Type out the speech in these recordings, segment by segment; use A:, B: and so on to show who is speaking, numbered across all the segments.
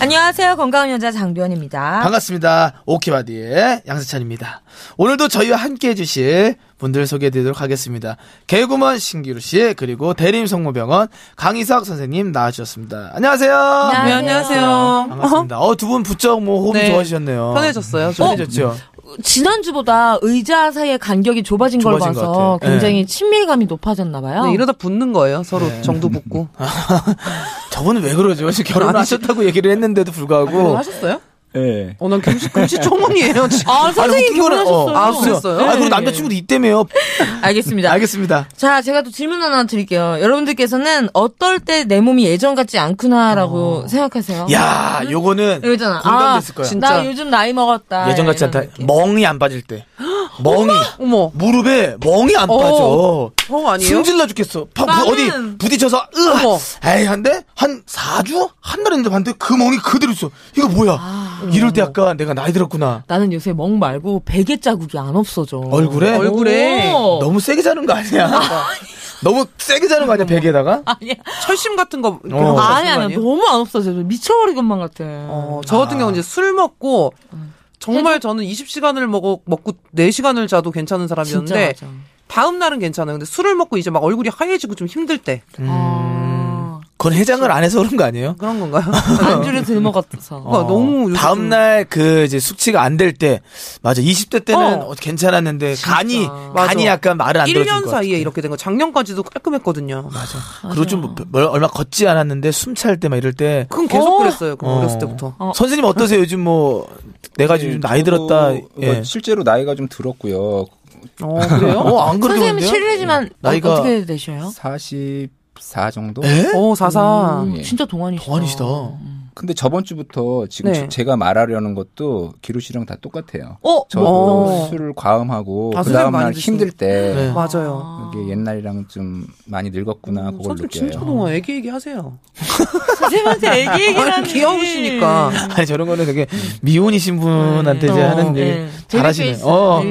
A: 안녕하세요. 건강한 여자 장도연입니다.
B: 반갑습니다 오케바디의 양세찬입니다 오늘도 저희와 함께 해주실 분들 소개해드리도록 하겠습니다 개구먼 신기루씨 그리고 대림성모병원 강희석 선생님 나와주셨습니다 안녕하세요
A: 안녕하세요.
C: 네, 안녕하세요.
B: 반갑습니다 어 두 분 부쩍 뭐 호흡이
C: 네.
B: 좋아지셨네요
C: 편해졌어요. 좀.
B: 편해졌죠
A: 지난주보다 의자 사이의 간격이 좁아진,
B: 좁아진
A: 걸
B: 것 같아요. 네.
A: 봐서 굉장히 친밀감이 높아졌나 봐요.
C: 네, 이러다 붙는 거예요. 서로 정도 붙고.
B: 아. 저분은 왜 그러죠 지금 결혼하셨다고 얘기를 했는데도 불구하고
C: 아, 하셨어요?
D: 예.
C: 어, 난 금시, 금시 초문이에요. 진짜.
A: 아, 선생님
B: 아니, 웃긴 거는-
A: 결혼하셨어요.
B: 어,
C: 아, 그랬어요?
B: 아 그리고
C: 네.
B: 남자친구도 있다며요
A: 알겠습니다.
B: 알겠습니다
A: 자, 제가 또 질문 하나 드릴게요. 여러분들께서는 어떨 때 내 몸이 예전 같지 않구나라고 생각하세요?
B: 어. 야, 요거는
A: 어. 이거잖아.
B: 공감됐을 거야.
A: 나
C: 진짜.
A: 요즘 나이 먹었다.
B: 예전 같지
A: 아, 이런
B: 않다.
A: 느낌.
B: 멍이 안 빠질 때. 멍이.
C: 어머.
B: 무릎에 멍이 안 빠져.
C: 어, 아니에요?
B: 승질나 죽겠어. 팍,
A: 나는-
B: 부- 어디 부딪혀서 으.
C: 어머.
B: 에이 한데 한 4주? 한 달 했는데 봤는데 그 멍이 그대로 있어. 이거 뭐야?
A: 아.
B: 이럴 때 약간 내가 나이 들었구나.
A: 나는 요새 멍 말고 베개 자국이 안 없어져. 어.
B: 얼굴에
C: 얼굴에
A: 오.
B: 너무 세게 자는 거 아니야? 너무 세게 자는 거 아니야? 베개에다가?
A: 아니야.
C: 철심 같은 거. 그런
B: 어.
C: 거 하시는
A: 아니,
C: 거
A: 아니,
C: 아니에요? 뭐.
A: 너무 안 없어져. 미쳐버릴 것만 같아.
C: 어, 저 같은 경우는 이제 술 먹고, 정말 저는 20시간을 먹어, 먹고 4시간을 자도 괜찮은
A: 진짜
C: 사람이었는데,
A: 맞아.
C: 다음날은 괜찮아요. 근데 술을 먹고 이제 막 얼굴이 하얘지고 좀 힘들 때.
B: 음.
A: 아,
B: 그건 해장을 안 해서 그런 거 아니에요?
C: 그런 건가요?
A: 안주를 들 먹었어.
C: 그러니까 너무 요즘 좀-
B: 다음날 그 이제 숙취가 안 될 때 맞아 20대 때는
C: 어.
B: 어, 괜찮았는데 간이
C: 맞아.
B: 간이 약간 말을 안 들어줄
C: 1년
B: 것 같아.
C: 사이에 이렇게 된 거. 작년까지도 깔끔했거든요.
B: 맞아. 그리고 좀 뭐- 얼마 걷지 않았는데 숨 찰 때 막 이럴 때
C: 그건 계속
A: 어.
C: 그랬어요. 그
B: 어.
C: 어. 렸을 때부터.
A: 어.
B: 선생님 어떠세요? 요즘 뭐 내가 지금 나이 들었다.
D: 네, 저도 뭐
B: 예.
D: 실제로 나이가 좀 들었고요.
C: 어, 그래요?
B: 어안
A: 선생님
B: 그러는데요? 음.
A: 실례지만
B: 나이가-
A: 어, 어떻게 되셔요?
D: 44 정도?
B: 네. 예?
C: 오, 어, 사사.
A: 음,
D: 예.
A: 진짜 동안이시다.
B: 동안이시다.
C: 어.
D: 근데 저번 주부터 지금
C: 네.
D: 제가 말하려는 것도 기루 씨랑 다 똑같아요.
A: 어?
D: 저도
C: 어.
D: 술을 과음하고
C: 아,
D: 그
C: 술
D: 다음
C: 많이
D: 날
C: 드시는-
D: 힘들 때
B: 네.
C: 맞아요.
D: 이게 옛날이랑 좀 많이 늙었구나 그걸
C: 음, 선생님
D: 느껴요.
C: 진짜 동안 애기 얘기 하세요.
A: 선생님한테 음. 애기 얘기라는.
C: 아니, 귀여우시니까.
B: 아니 저런 거는 되게 미혼이신 분한테 이제
C: 어,
B: 하는
A: 네.
B: 얘기 잘하시네. 어.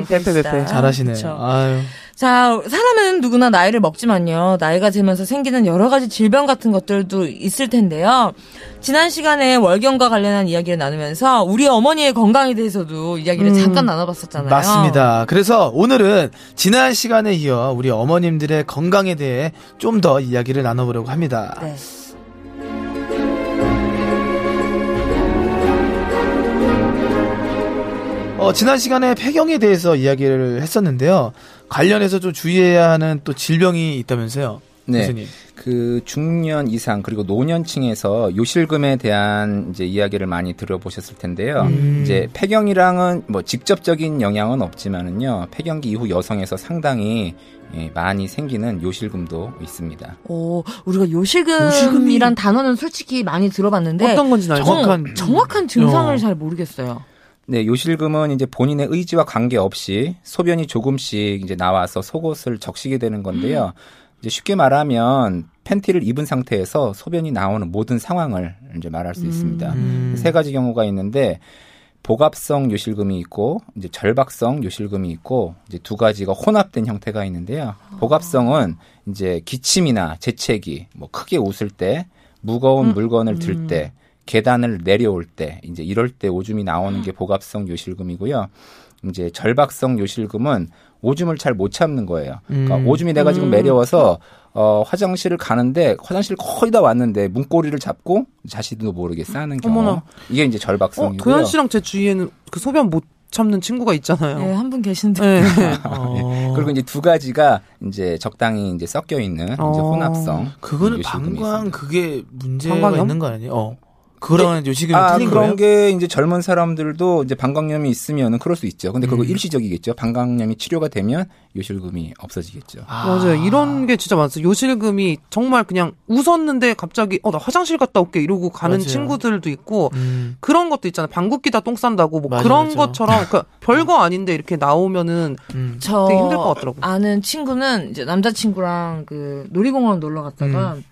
B: 잘하시네. 아유.
A: 자, 사람은 누구나 나이를 먹지만요. 나이가 들면서 생기는 여러 가지 질병 같은 것들도 있을 텐데요. 지난 시간에 월경과 관련한 이야기를 나누면서 우리 어머니의 건강에 대해서도 이야기를 잠깐 나눠봤었잖아요.
B: 맞습니다. 그래서 오늘은 지난 시간에 이어 우리 어머님들의 건강에 대해 좀 더 이야기를 나눠보려고 합니다.
A: 네.
B: 어, 지난 시간에 폐경에 대해서 이야기를 했었는데요. 관련해서 좀 주의해야 하는 또 질병이 있다면서요.
D: 네.
B: 교수님.
D: 그 중년 이상 그리고 노년층에서 요실금에 대한 이제 이야기를 많이 들어보셨을 텐데요.
B: 음.
D: 이제 폐경이랑은 뭐 직접적인 영향은 없지만은요. 폐경기 이후 여성에서 상당히 예, 많이 생기는 요실금도 있습니다.
A: 오, 우리가 요실금이란 단어는 솔직히 많이
B: 네.
A: 들어봤는데
C: 어떤 건지 알죠?
B: 정확한-
A: 정확한 정확한 증상을
B: 어.
A: 잘 모르겠어요.
D: 네, 요실금은 이제 본인의 의지와 관계없이 소변이 조금씩 이제 나와서 속옷을 적시게 되는 건데요. 이제 쉽게 말하면 팬티를 입은 상태에서 소변이 나오는 모든 상황을 이제 말할 수 있습니다.
B: 음.
D: 세 가지 경우가 있는데 복합성 요실금이 있고 이제 절박성 요실금이 있고 이제 두 가지가 혼합된 형태가 있는데요. 복합성은 이제 기침이나 재채기, 뭐 크게 웃을 때, 무거운
C: 음.
D: 물건을 들 때, 계단을 내려올 때, 이제 이럴 때 오줌이 나오는 게 복합성 요실금이고요. 이제 절박성 요실금은 오줌을 잘 못 참는 거예요. 그러니까
C: 음.
D: 오줌이 내가 지금 매려워서 어, 화장실을 가는데 화장실 거의 다 왔는데 문고리를 잡고 자신도 모르게 싸는 경우.
C: 어머나.
D: 이게 이제
C: 어,
D: 절박성이고요.
C: 도현 씨랑 제 주위에는 그 소변 못 참는 친구가
A: 네,
C: 있잖아요.
A: 한 분 계신데.
C: 어. 네.
D: 아,
B: 어,
D: 예. 그리고 이제 두 가지가 이제 적당히 이제 섞여 있는 이제
C: 어.
D: 혼합성.
B: 그거는
D: 요실금이
B: 방광
D: 있습니다.
B: 그게 문제가
C: 방광염? 네.
B: 있는 거 아니에요? 어. 그런 요식은
D: 아,
B: 틀린 거예요?
D: 그런 게 이제 젊은 사람들도 이제 방광염이 있으면은 그럴 수 있죠. 근데
B: 음.
D: 그거 일시적이겠죠. 방광염이 치료가 되면 요실금이 없어지겠죠.
B: 아.
C: 맞아요. 이런 게 진짜 많았어요. 요실금이 정말 그냥 웃었는데 갑자기 어 나 화장실 갔다 올게 이러고 가는
B: 맞아요.
C: 친구들도 있고
B: 음.
C: 그런 것도 있잖아요. 방귀뀌다 똥 싼다고 뭐
B: 맞아,
C: 그런
B: 맞아.
C: 것처럼 그러니까 별거 아닌데 이렇게 나오면은
B: 음.
A: 저
C: 되게 힘들 것 같더라고요.
A: 아는 친구는 이제 남자친구랑 그 놀이공원 놀러 갔다가
C: 음.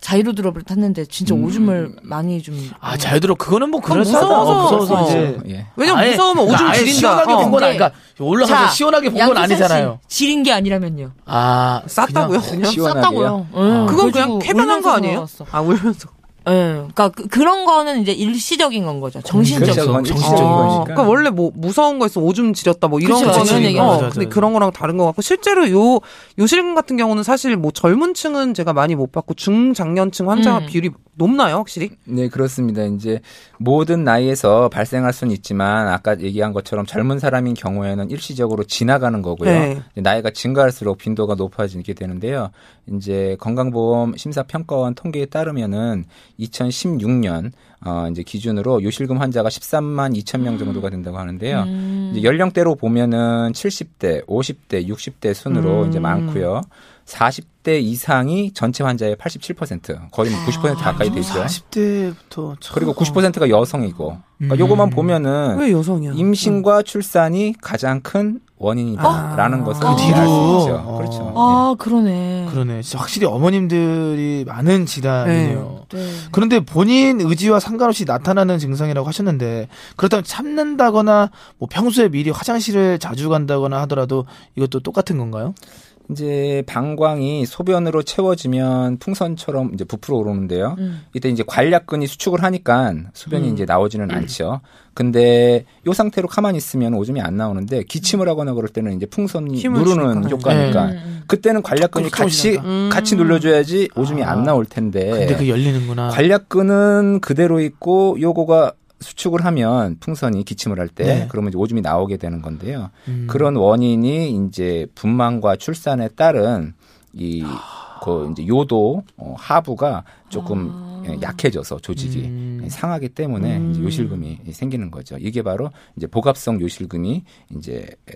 A: 자이로드롭을 탔는데 진짜 오줌을 많이 좀.
B: 아, 자유도로 그거는 뭐
C: 그건
B: 그럴 수 없다.
C: 무서워서.
B: 어, 무서워서 이제.
D: 예.
C: 왜냐면
B: 아예-
C: 무서우면 오줌
B: 그러니까 아예
C: 지린다.
B: 시원하게 본
C: 어.
B: 건
A: 네.
B: 아니까 그러니까 올라가서
A: 자,
B: 시원하게 본 건
A: 양지선 씨,
B: 아니잖아요.
A: 지린 게 아니라면요.
B: 아
C: 쌌다고요?
B: 그냥-
C: 그냥?
D: 시원하게요.
A: 응,
C: 아. 그건 그냥
A: 그래가지고
C: 쾌변한 거
A: 울면서
C: 아니에요?
A: 돌아왔어.
C: 아 울면서.
A: 예, 그러니까 그, 런 거는 이제 일시적인 건 거죠. 정신적.
D: 그렇죠. 그건
B: 정신적인
D: 일시적인
B: 거니까.
D: 거니까.
C: 그러니까 원래 뭐 무서운 거 있어 오줌 지렸다 뭐 이런
A: 아. 그치,
C: 거는
A: 그치, 그치.
C: 어,
A: 맞아,
B: 맞아,
C: 근데
B: 맞아.
C: 그런 거랑 다른 것 같고 실제로 요 요실금 같은 경우는 사실 뭐 젊은층은 제가 많이 못 봤고 중장년층 환자
A: 음.
C: 비율이 높나요 확실히?
D: 네, 그렇습니다. 이제 모든 나이에서 발생할 수는 있지만 아까 얘기한 것처럼 젊은 사람인 경우에는 일시적으로 지나가는 거고요.
C: 네.
D: 이제 나이가 증가할수록 빈도가 높아지게 되는데요. 이제 건강보험 심사평가원 통계에 따르면은 2016년 어 이제 기준으로 요실금 환자가 13만 2천 명 정도가 된다고 하는데요. 이제 연령대로 보면은 70대, 50대, 60대 순으로 이제 많고요. 40대 이상이 전체 환자의 87% 거의 뭐 90% 가까이 되죠.
B: 아, 40대부터 참...
D: 그리고 90%가 여성이고 그러니까 요것만 보면은
C: 음.
B: 네.
C: 왜 여성이야?
D: 임신과 출산이 가장 큰
C: 아.
D: 원인이다라는 것을
B: 그
D: 이제 알수
B: 뒤로.
D: 있죠.
B: 어.
D: 그렇죠.
A: 아, 그러네.
C: 그렇죠.
B: 그러네. 진짜 확실히 어머님들이 많은 질환이네요.
A: 네.
B: 그런데 본인 의지와 상관없이 나타나는 증상이라고 하셨는데 그렇다면 참는다거나 뭐 평소에 미리 화장실을 자주 간다거나 하더라도 이것도 똑같은 건가요?
D: 예. 이제 방광이 소변으로 채워지면 풍선처럼 이제 부풀어 오르는데요.
A: 음.
D: 이때 이제 관략근이 수축을 하니까
C: 음.
D: 소변이 이제 나오지는 않죠. 근데 요 상태로 가만히 있으면 오줌이 안 나오는데 기침을 하거나 그럴 때는 이제 풍선이
C: 힘을
D: 누르는
C: 주니까. 네.
D: 효과니까
A: 음, 음.
D: 그때는 관략근이
B: 그렇죠,
D: 같이
B: 진짜.
C: 음.
D: 같이 눌러줘야지 오줌이
B: 아.
D: 안 나올 텐데.
B: 근데 그 열리는구나.
D: 관략근은 그대로 있고 요거가 수축을 하면 풍선이 기침을 할 때
B: 네.
D: 그러면 이제 오줌이 나오게 되는 건데요.
B: 음.
D: 그런 원인이 이제 분만과 출산에 따른 이
B: 아.
D: 그 이제 요도 어, 하부가 조금 예, 약해져서 조직이
B: 아. 음.
D: 예, 상하기 때문에 이제 요실금이 생기는 거죠. 이게 바로 이제 복합성 요실금이 이제 에,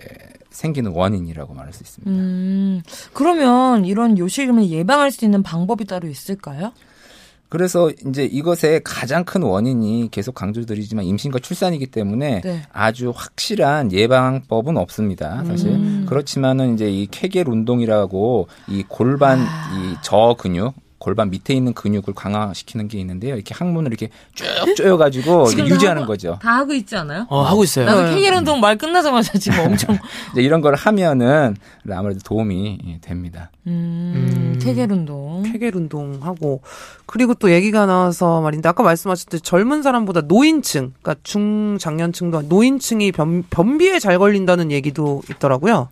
D: 생기는 원인이라고 말할 수 있습니다.
A: 음. 그러면 이런 요실금을 예방할 수 있는 방법이 따로 있을까요?
D: 그래서 이제 이것의 가장 큰 원인이 계속 강조드리지만 임신과 출산이기 때문에
A: 네.
D: 아주 확실한 예방법은 없습니다. 사실
A: 음.
D: 그렇지만은 이제 이 케겔 운동이라고 이 골반
A: 아.
D: 이 저근육 골반 밑에 있는 근육을 강화시키는 게 있는데요. 이렇게 항문을 이렇게 쭉 조여가지고 이제
A: 지금 다
D: 유지하는
A: 하고-
D: 거죠.
A: 다 하고 있지 않아요?
B: 어 하고 있어요.
A: 나도 케겔 운동 말 끝나자마자 지금 엄청
D: 이제 이런 걸 하면은 아무래도 도움이 예, 됩니다.
A: 음, 케겔 운동.
C: 케겔 운동하고 그리고 또 얘기가 나와서 말인데 아까 말씀하셨듯이 젊은 사람보다 노인층, 그러니까 중장년층도 노인층이 변, 변비에 잘 걸린다는 얘기도 있더라고요.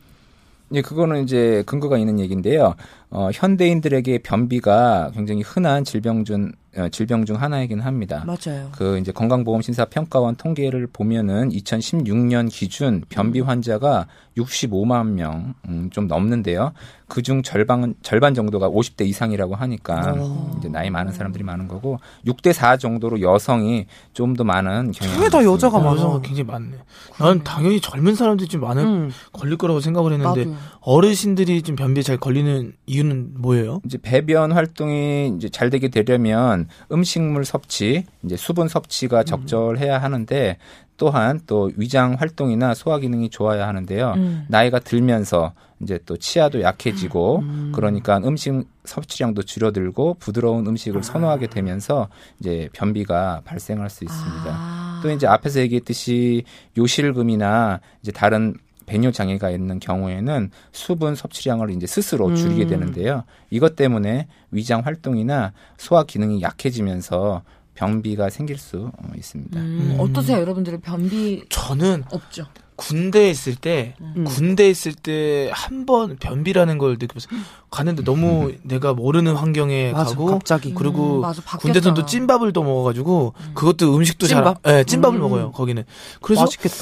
D: 예, 그거는 이제 근거가 있는 얘기인데요. 어, 현대인들에게 변비가 굉장히 흔한 질병 중 어, 질병 중 하나이긴 합니다.
A: 맞아요.
D: 그 이제 건강보험심사평가원 통계를 보면은 2016년 기준 변비 환자가 65만 명 음, 좀 넘는데요. 그중 절반 절반 정도가 50대 이상이라고 하니까 이제 나이 많은 사람들이 많은 거고 6대 4 정도로 여성이 좀 더 많은
B: 음.
D: 경향이
C: 왜다
D: 있습니다.
C: 여자가 많아?
B: 여자가 어, 굉장히 많네. 난 당연히 젊은 사람들이 좀 많을
C: 어. 음.
B: 걸릴 거라고 생각을 했는데
A: 나도요.
B: 어르신들이 좀 변비에 잘 걸리는 이유는
A: 그렇죠.
B: 뭐예요?
D: 이제 배변 활동이 이제 잘 되게 되려면 음식물 섭취, 이제 수분
A: 음.
D: 섭취가 적절해야 하는데 또한 또 위장 활동이나 소화 기능이 좋아야 하는데요.
A: 음.
D: 나이가 들면서 이제 또 치아도 약해지고
A: 음.
D: 그러니까 음식 섭취량도 줄어들고 부드러운 음식을 선호하게 되면서 이제 변비가 발생할 수 있습니다.
A: 아.
D: 또 이제 앞에서 얘기했듯이 요실금이나 이제 다른 배뇨 장애가 있는 경우에는 수분 섭취량을 이제 스스로 줄이게 되는데요. 이것 때문에 위장 활동이나 소화 기능이 약해지면서 변비가 생길 수 어, 있습니다.
A: 음, 어떠세요, 여러분들의 변비
B: 저는
A: 없죠?
B: 군대에 있을 때 군대에 있을 때 한 번 변비라는 걸 느껴봤어요. 갔는데 너무 내가 모르는 환경에
C: 맞아,
B: 네, 가고
C: 갑자기.
B: 그리고
A: 음, 맞아, 바뀌었잖아.
B: 군대선 또 찐밥을 또 먹어가지고 그것도 음식도
C: 찐밥?
B: 잘 예, 찐밥을 먹어요 거기는. 그래서
C: 맛있겠다.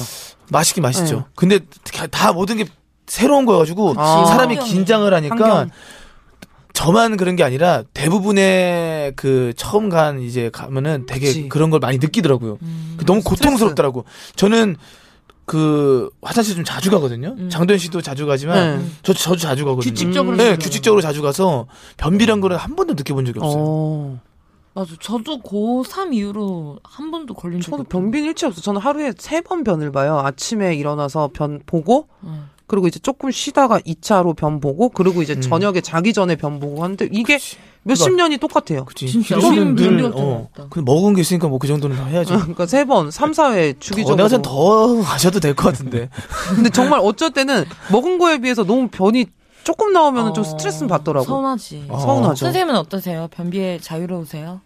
B: 맛있긴 맛있죠.
C: 네.
B: 근데 다 모든 게 새로운 거여가지고
C: 아.
B: 사람이
A: 환경이.
B: 긴장을 하니까
C: 환경.
B: 저만 그런 게 아니라 대부분의 그 처음 간 이제 가면은 되게
C: 그치.
B: 그런걸 많이 느끼더라고요.
A: 음.
B: 그 너무 고통스럽더라고. 저는 그 화장실 좀 자주 가거든요. 장도연 씨도 자주 가지만
C: 네.
B: 저 저도 자주 가거든요.
A: 음. 규칙적으로
B: 네,
A: 자주
B: 규칙적으로 자주 가서 변비란 거를 한 번도 느껴본 적이 없어요.
C: 어.
A: 맞아. 저도 고3 이후로 한 번도 걸린 적이
C: 저도
A: 없어요.
C: 변비는 일치 없어. 저는 하루에 세 번 변을 봐요. 아침에 일어나서 변 보고,
A: 음.
C: 그리고 이제 조금 쉬다가 2차로 변 보고, 그리고 이제 저녁에 자기 전에 변 보고 하는데 이게 몇십
B: 그러니까-
C: 년이 똑같아요. 그
B: 그치.
A: 진짜
B: 저는
A: 우리는
B: 늘
A: 변비가
B: 어,
A: 없다.
B: 근데 먹은 게 있으니까 뭐 그 정도는 다 해야죠.
C: 러니까세 번, 삼, 사회
B: 어,
C: 주기적으로.
B: 내가 전더 가셔도 될 것 같은데.
C: 네. 근데 정말 어쩔 때는 먹은 거에 비해서 너무 변이 조금 나오면 은좀
A: 어,
C: 스트레스는 받더라고. 아,
A: 서운하지.
B: 어.
C: 서운하죠.
A: 선생님은 어떠세요? 변비에 자유로우세요?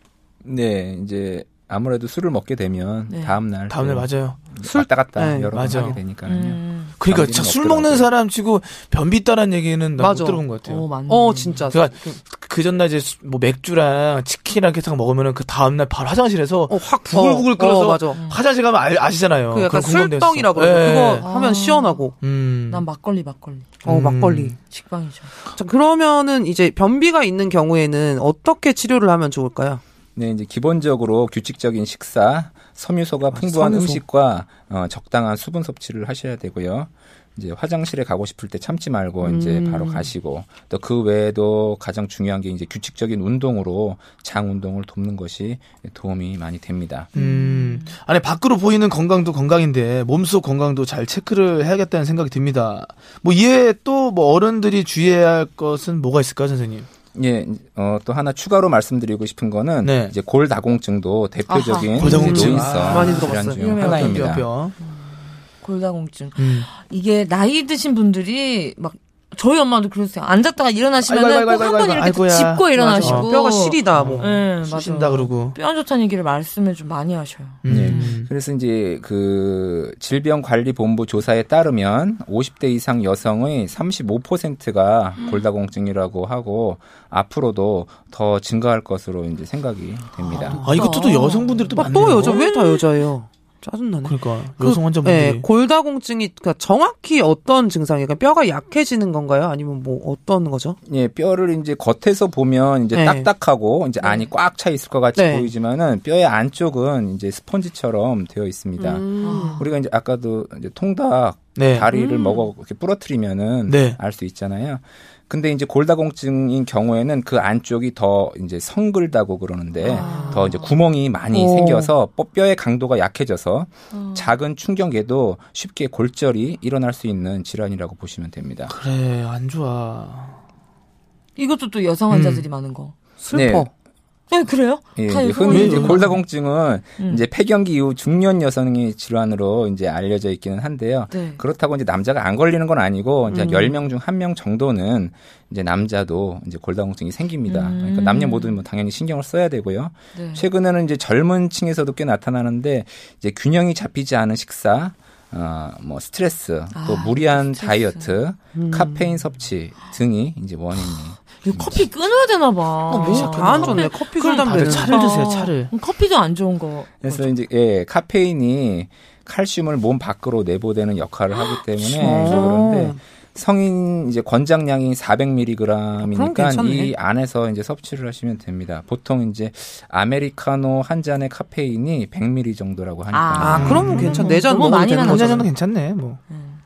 D: 네, 이제 아무래도 술을 먹게 되면
A: 네.
D: 다음 날
B: 다음날
D: 또
B: 맞아요.
C: 술-
D: 왔다 갔다
C: 네,
D: 여러 번
B: 맞아.
D: 하게 되니까요.
A: 음.
B: 그러니까
D: 변비는
B: 자- 술
D: 없더라고요.
B: 먹는 사람 치고 변비 있다라는 얘기는 나못
C: 맞아.
B: 들어본 것 같아요.
A: 어, 맞네.
C: 어, 진짜.
B: 그러니까 그 전날 이제 수- 뭐 맥주랑 치킨이랑 계속 먹으면은 그 다음날 바로 화장실에서
C: 어, 확
B: 부글부글
C: 어,
B: 끓어서
C: 어, 맞아.
B: 화장실 가면 아, 시잖아요
C: 그 약간 술덩이라 그래. 그거
A: 아.
C: 하면 시원하고.
B: 예, 음.
A: 난 막걸리, 막걸리.
C: 어,
B: 음.
C: 막걸리.
A: 식빵이죠.
C: 자, 그러면은 이제 변비가 있는 경우에는 어떻게 치료를 하면 좋을까요?
D: 네, 이제 기본적으로 규칙적인 식사, 섬유소가 풍부한
C: 아, 섬유소.
D: 음식과 어, 적당한 수분 섭취를 하셔야 되고요. 이제 화장실에 가고 싶을 때 참지 말고 이제
C: 음.
D: 바로 가시고 또 그 외에도 가장 중요한 게 이제 규칙적인 운동으로 장 운동을 돕는 것이 도움이 많이 됩니다.
B: 음. 아니 밖으로 보이는 건강도 건강인데 몸속 건강도 잘 체크를 해야겠다는 생각이 듭니다. 뭐 이에 또 뭐 어른들이 주의해야 할 것은 뭐가 있을까요, 선생님?
D: 예, 어, 또 하나 추가로 말씀드리고 싶은 거는
B: 네.
D: 이제 골다공증도 대표적인
B: 아하. 골다공증.
D: 노인성
B: 아,
C: 많이
D: 질환
C: 들어봤어요.
D: 중 하나입니다.
B: 뼈,
C: 음,
B: 뼈.
A: 골다공증.
B: 음.
A: 이게 나이 드신 분들이 막 저희 엄마도 그랬어요. 앉았다가 일어나시면
B: 아이고, 아이고,
A: 꼭 한
B: 아이고,
A: 번
B: 아이고,
A: 이렇게
B: 아이고야.
A: 짚고 일어나시고
B: 어,
C: 뼈가 시리다 뭐.
A: 예, 맞아요.
B: 쑤신다 그러고.
A: 뼈 안 좋다는 얘기를 말씀을 좀 많이 하셔요.
D: 네.
B: 음.
D: 그래서 이제 그 질병관리본부 조사에 따르면 50대 이상 여성의 35%가
C: 음.
D: 골다공증이라고 하고 앞으로도 더 증가할 것으로 이제 생각이 됩니다.
B: 아 이것도 또 여성분들이 또 많네요.
C: 또 여자 왜 다 여자예요? 짜증나네.
B: 그러니까
C: 그,
B: 여성 환자분들이
C: 예, 골다공증이 그러니까 정확히 어떤 증상이에요? 그러니까 뼈가 약해지는 건가요? 아니면 뭐 어떤 거죠?
D: 예, 뼈를 이제 겉에서 보면 이제
C: 네.
D: 딱딱하고 이제 안이 꽉 차 있을 것 같이
C: 네.
D: 보이지만은 뼈의 안쪽은 이제 스펀지처럼 되어 있습니다.
C: 음.
A: 음.
C: 아,
D: 우리가 이제 아까도 이제 통닭
B: 네.
D: 다리를
C: 음.
D: 먹어 이렇게 부러뜨리면은
B: 네.
D: 알 수 있잖아요. 근데 이제 골다공증인 경우에는 그 안쪽이 더 이제 성글다고 그러는데 더 이제 구멍이 많이
C: 아. 오. 음.
D: 생겨서 뼈- 뼈의 강도가 약해져서 작은 충격에도 쉽게 골절이 일어날 수 있는 질환이라고 보시면 됩니다.
B: 그래 안 좋아.
A: 이것도 또 여성
B: 음.
A: 환자들이 많은 거.
C: 슬퍼.
A: 네, 그래요?
D: 예,
A: 다
D: 이제
A: 여성
D: 흔히 이제
A: 환자들.
D: 골다공증은
A: 음.
D: 이제 폐경기 이후 중년 여성의 질환으로 이제 알려져 있기는 한데요.
A: 네. 음.
D: 그렇다고 이제 남자가 안 걸리는 건 아니고 이제 10명 중 한 명 정도는 이제 남자도 이제 골다공증이 생깁니다. 그러니까 남녀 모두 뭐 당연히 신경을 써야 되고요.
A: 음. 네.
D: 최근에는 이제 젊은 층에서도 꽤 나타나는데 이제 균형이 잡히지 않은 식사 어, 뭐 스트레스, 또
A: 아,
D: 무리한
A: 스트레스. 음.
D: 다이어트, 카페인 섭취 등이 이제 원인이
A: 이거 커피 끊어야 되나 봐.
B: 아, 뭐,
C: 뭐 다 안 좋네. 커피 술 담배는.
B: 다들 차를 드세요, 차를.
A: 음, 커피도 안 좋은 거. 어,
D: 그래서 이제 예 카페인이 칼슘을 몸 밖으로 내보내는 역할을 하기
C: 아,
D: 때문에 이제
C: 어.
D: 그런데 성인 이제 권장량이 400mg이니까
C: 아, 괜찮네.
D: 이 안에서 이제 섭취를 하시면 됩니다. 보통 이제 아메리카노 한 잔의 카페인이 100mg 정도라고 하니까.
C: 아,
B: 음.
C: 그러면 괜찮. 내잔
A: 너무
C: 먹으면
A: 많이
C: 되는
A: 나눠
C: 거잖아.
B: 혼자서는 괜찮네 뭐.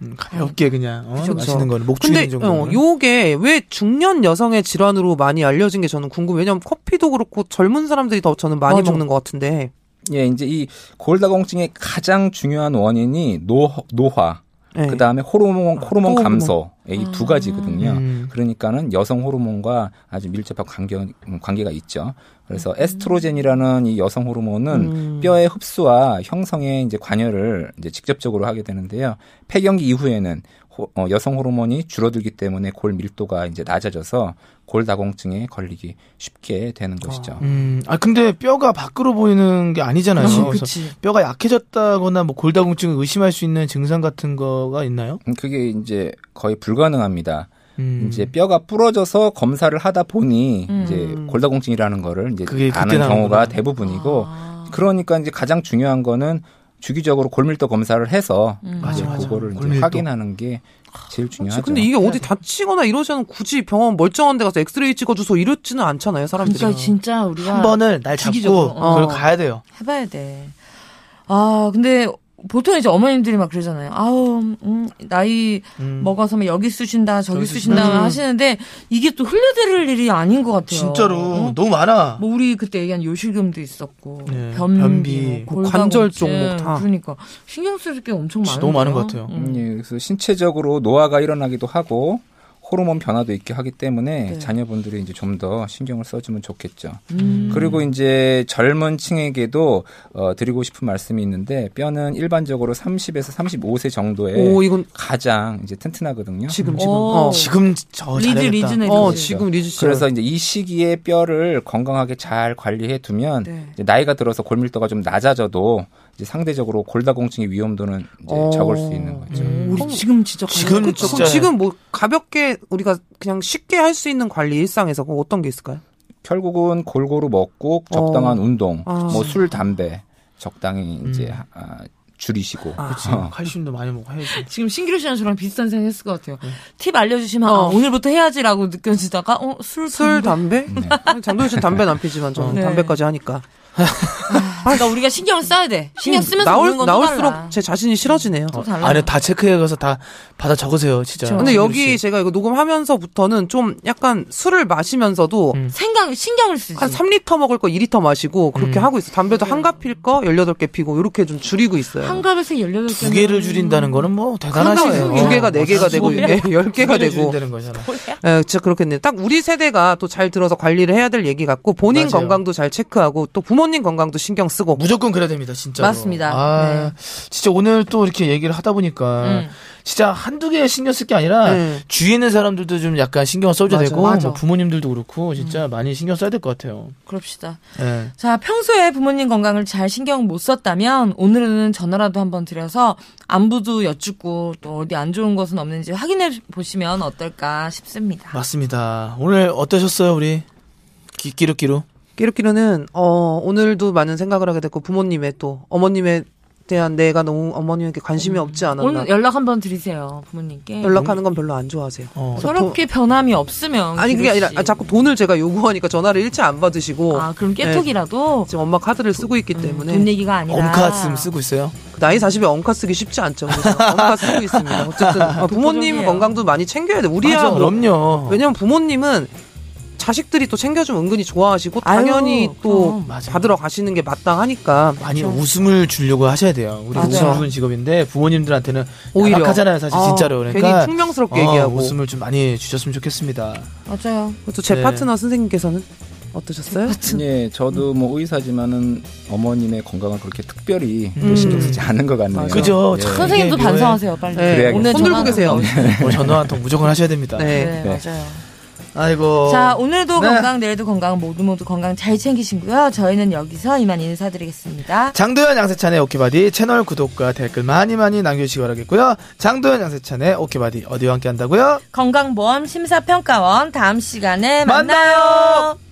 B: 음, 가볍게 그냥 어,
C: 그쵸.
B: 맛있는 거는 목줄이
C: 근데
B: 정도.
C: 어, 요게 왜 중년 여성의 질환으로 많이 알려진 게 저는 궁금해요. 왜냐면 커피도 그렇고 젊은 사람들이 더 저는 많이
A: 맞아.
C: 먹는 것 같은데.
D: 예, 이제 이 골다공증의 가장 중요한 원인이 노, 노화,
C: 네.
D: 그 다음에 호르몬 호르몬
C: 호르몬.
D: 감소 이 두 가지거든요.
B: 음.
D: 그러니까는 여성 호르몬과 아주 밀접한 관계, 음, 관계가 있죠. 그래서 에스트로젠이라는 이 여성 호르몬은 뼈의 흡수와 형성에 이제 관여를 이제 직접적으로 하게 되는데요. 폐경기 이후에는 호- 어, 여성 호르몬이 줄어들기 때문에 골 밀도가 이제 낮아져서 골다공증에 걸리기 쉽게 되는 것이죠.
B: 음, 아 근데 뼈가 밖으로 보이는 게 아니잖아요. 그래서
A: 그치.
B: 뼈가 약해졌다거나 뭐 골다공증을 의심할 수 있는 증상 같은 거가 있나요?
D: 음, 그게 이제 거의 불가능합니다.
B: 음.
D: 이제 뼈가 부러져서 검사를 하다 보니
C: 음.
D: 이제 골다공증이라는 거를 이제
B: 그게 그때
D: 아는
B: 나오는
D: 경우가
B: 거구나.
D: 대부분이고
C: 아.
D: 그러니까 이제 가장 중요한 거는 주기적으로 골밀도 검사를 해서
B: 맞아,
D: 이제
B: 맞아.
D: 그거를 이제
B: 골밀도.
D: 확인하는 게 제일
C: 음.
D: 중요하죠.
C: 아, 근데 이게 어디 다치거나 이러지 않으면 굳이 병원 멀쩡한 데 가서 엑스레이 찍어주소 이렇지는 않잖아요, 사람들이.
A: 그러니까 진짜 우리가
B: 한 번을 날
A: 주기적으로,
B: 잡고 그걸
C: 어.
B: 가야 돼요.
A: 해봐야 돼. 아, 근데 보통 이제 어머님들이 막 그러잖아요. 아우, 음, 나이
B: 음.
A: 먹어서 막 여기 쑤신다, 저기
B: 저기
A: 쑤신다
C: 쑤신다.
A: 하시는데 이게 또 흘려드릴 일이 아닌 것 같아요.
B: 진짜로
A: 어?
B: 너무 많아.
A: 뭐 우리 그때 얘기한 요실금도 있었고
B: 네,
A: 변비,
B: 변비,
A: 뭐 골다공증,
C: 관절 종목 다.
A: 그러니까 신경 쓸 게 엄청 많아요.
B: 진짜 너무 많은 것 같아요.
D: 음, 예, 그래서 신체적으로 노화가 일어나기도 하고 호르몬 변화도 있게 하기 때문에
A: 네.
D: 자녀분들이 이제 좀 더 신경을 써주면 좋겠죠.
C: 음.
D: 그리고 이제 젊은 층에게도 어, 드리고 싶은 말씀이 있는데 뼈는 일반적으로 30에서 35세 정도에
C: 오, 이건
D: 가장 이제 튼튼하거든요.
C: 지금 지금.
A: 오.
C: 어,
B: 지금 저
A: 리드
B: 잘해야겠다.
A: 리즈네.
C: 어,
A: 리즈.
C: 지금 리즈 씨.
D: 그래서 이제 이 시기에 뼈를 건강하게 잘 관리해 두면
A: 네.
D: 이제 나이가 들어서 골밀도가 좀 낮아져도 이제 상대적으로 골다공증의 위험도는 이제
C: 어.
D: 적을 수 있는 거죠.
A: 음, 우리 지금 진짜
B: 지금
A: 관리-
C: 그쵸.
B: 진짜.
C: 지금 뭐 가볍게 우리가 그냥 쉽게 할 수 있는 관리 일상에서 그럼 어떤 게 있을까요?
D: 결국은 골고루 먹고 적당한
C: 어.
D: 운동,
C: 아.
D: 뭐 술, 담배 적당히 이제
B: 음.
D: 하- 아, 줄이시고
B: 그치.
D: 어.
B: 칼슘도 많이 먹고 해야지.
A: 지금 신기루 씨랑 저랑 비슷한 생각 했을 것 같아요. 팁 알려주시면 아, 오늘부터 해야지라고 느껴지다가 어, 술,
C: 술,
A: 담배.
C: 담배?
D: 네.
C: 장도현 씨는 담배는 안 피지만 저는
A: 네.
C: 담배까지 하니까.
A: 그러니까 우리가 신경을 써야 돼. 신경 쓰면서
C: 음, 나올,
A: 먹는 건또 달라.
C: 나올수록 제 자신이 싫어지네요.
A: 또 달라.
B: 안에 다 체크해가서 다 받아 적으세요, 진짜.
A: 그쵸.
D: 어,
C: 근데
B: 신기루
C: 여기
B: 씨.
C: 제가 이거 녹음하면서부터는 좀 약간 술을 마시면서도
B: 음.
A: 생각 신경을 쓰지.
C: 한 3리터 먹을 거 2리터 마시고
B: 음.
C: 그렇게 하고 있어. 담배도 한갑 필 거 18개 피고 이렇게 좀 줄이고 있어요.
A: 한갑에서 18개.
B: 두 개를 줄인다는 거는 뭐 대단하시네요.
C: 두 개가 네 개가
B: 어,
C: 되고
B: 두
C: 네, 열 개가
B: 개를
C: 되고
B: 줄인다는 거잖아.
C: 예, 진짜 그렇겠네요. 딱 우리 세대가 또 잘 들어서 관리를 해야 될 얘기 같고 본인
B: 맞아요.
C: 건강도 잘 체크하고 또 부모님 건강도 신경 쓰고
B: 무조건 그래야 됩니다, 진짜.
A: 맞습니다.
B: 아,
A: 네.
B: 진짜 오늘 또 이렇게 얘기를 하다 보니까
A: 음.
B: 진짜 한두 개 신경 쓸 게 아니라
C: 네.
B: 주위에 있는 사람들도 좀 약간 신경 써줘야
C: 맞아,
B: 되고
A: 맞아.
B: 뭐 부모님들도 그렇고
A: 음.
B: 진짜 많이 신경 써야 될 것 같아요.
A: 그럽시다.
B: 예.
A: 자, 평소에 부모님 건강을 잘 신경 못 썼다면 오늘은 전화라도 한번 드려서 안부도 여쭙고 또 어디 안 좋은 것은 없는지 확인해 보시면 어떨까 싶습니다.
B: 맞습니다. 오늘 어떠셨어요, 우리? 기, 끼룩끼룩.
C: 끼룩끼루는 어, 오늘도 많은 생각을 하게 됐고 부모님의 또 어머님에 대한 내가 너무 어머님에게 관심이 없지 않았나.
A: 오늘 연락 한번 드리세요, 부모님께.
C: 연락하는 건 별로 안 좋아하세요.
B: 어.
A: 저렇게 변함이 없으면
C: 아니
A: 기루
C: 그게 아니라
A: 씨.
C: 아, 자꾸 네. 돈을 제가 요구하니까 전화를 일체 안 받으시고
A: 아, 그럼 깨톡이라도
C: 지금 엄마 카드를 쓰고 있기
A: 돈
B: 음,
C: 때문에
A: 얘기가 아니라
B: 엄카 쓰면 쓰고 있어요.
C: 그 나이 40에 엉카 쓰기 쉽지 않죠. 그래서 엉카 쓰고 있습니다. 어쨌든 어, 부모님
A: 독보적이에요.
C: 건강도 많이 챙겨야 돼. 우리야
B: 아, 맞아,
C: 뭐
B: 그럼요.
C: 왜냐면 부모님은 자식들이 또 챙겨주면 은근히 좋아하시고
A: 아유,
C: 당연히 또
B: 그럼, 맞아요.
C: 받으러 가시는 게 마땅하니까
B: 아니 웃음을 주려고 하셔야 돼요. 우리
C: 맞아요.
B: 웃음 주는 직업인데 부모님들한테는
C: 오히려
B: 약하잖아요, 사실
C: 어,
B: 진짜로. 그러니까
C: 괜히 퉁명스럽게
B: 어,
C: 얘기하고
B: 웃음을 좀 많이 주셨으면 좋겠습니다.
A: 맞아요.
C: 또제
B: 네.
C: 파트너 선생님께서는 어떠셨어요?
D: 예, 저도 뭐 의사지만은 어머님의 건강을 그렇게 특별히
B: 음.
D: 신경 쓰지 않은 것 같네요.
B: 그죠?
D: 예.
B: 참
A: 선생님도
B: 이게 묘해.
A: 반성하세요, 빨리.
C: 네,
D: 그래야겠다.
A: 오늘
C: 손 들고
A: 전화는
C: 계세요.
A: 안 오시죠.
B: 오늘 전화 한 통 무조건 하셔야 됩니다.
C: 네.
A: 네,
D: 네.
A: 맞아요.
B: 아이고.
A: 자, 오늘도
B: 네.
A: 건강, 내일도 건강, 모두 모두 건강 잘 챙기시고요. 저희는 여기서 이만 인사드리겠습니다.
B: 장도연 양세찬의 오케바디 채널 구독과 댓글 많이 많이 남겨주시기 바라겠고요. 장도연 양세찬의 오케바디 어디와 함께 한다고요?
A: 건강보험 심사평가원 다음 시간에
B: 만나요.
A: 만나요.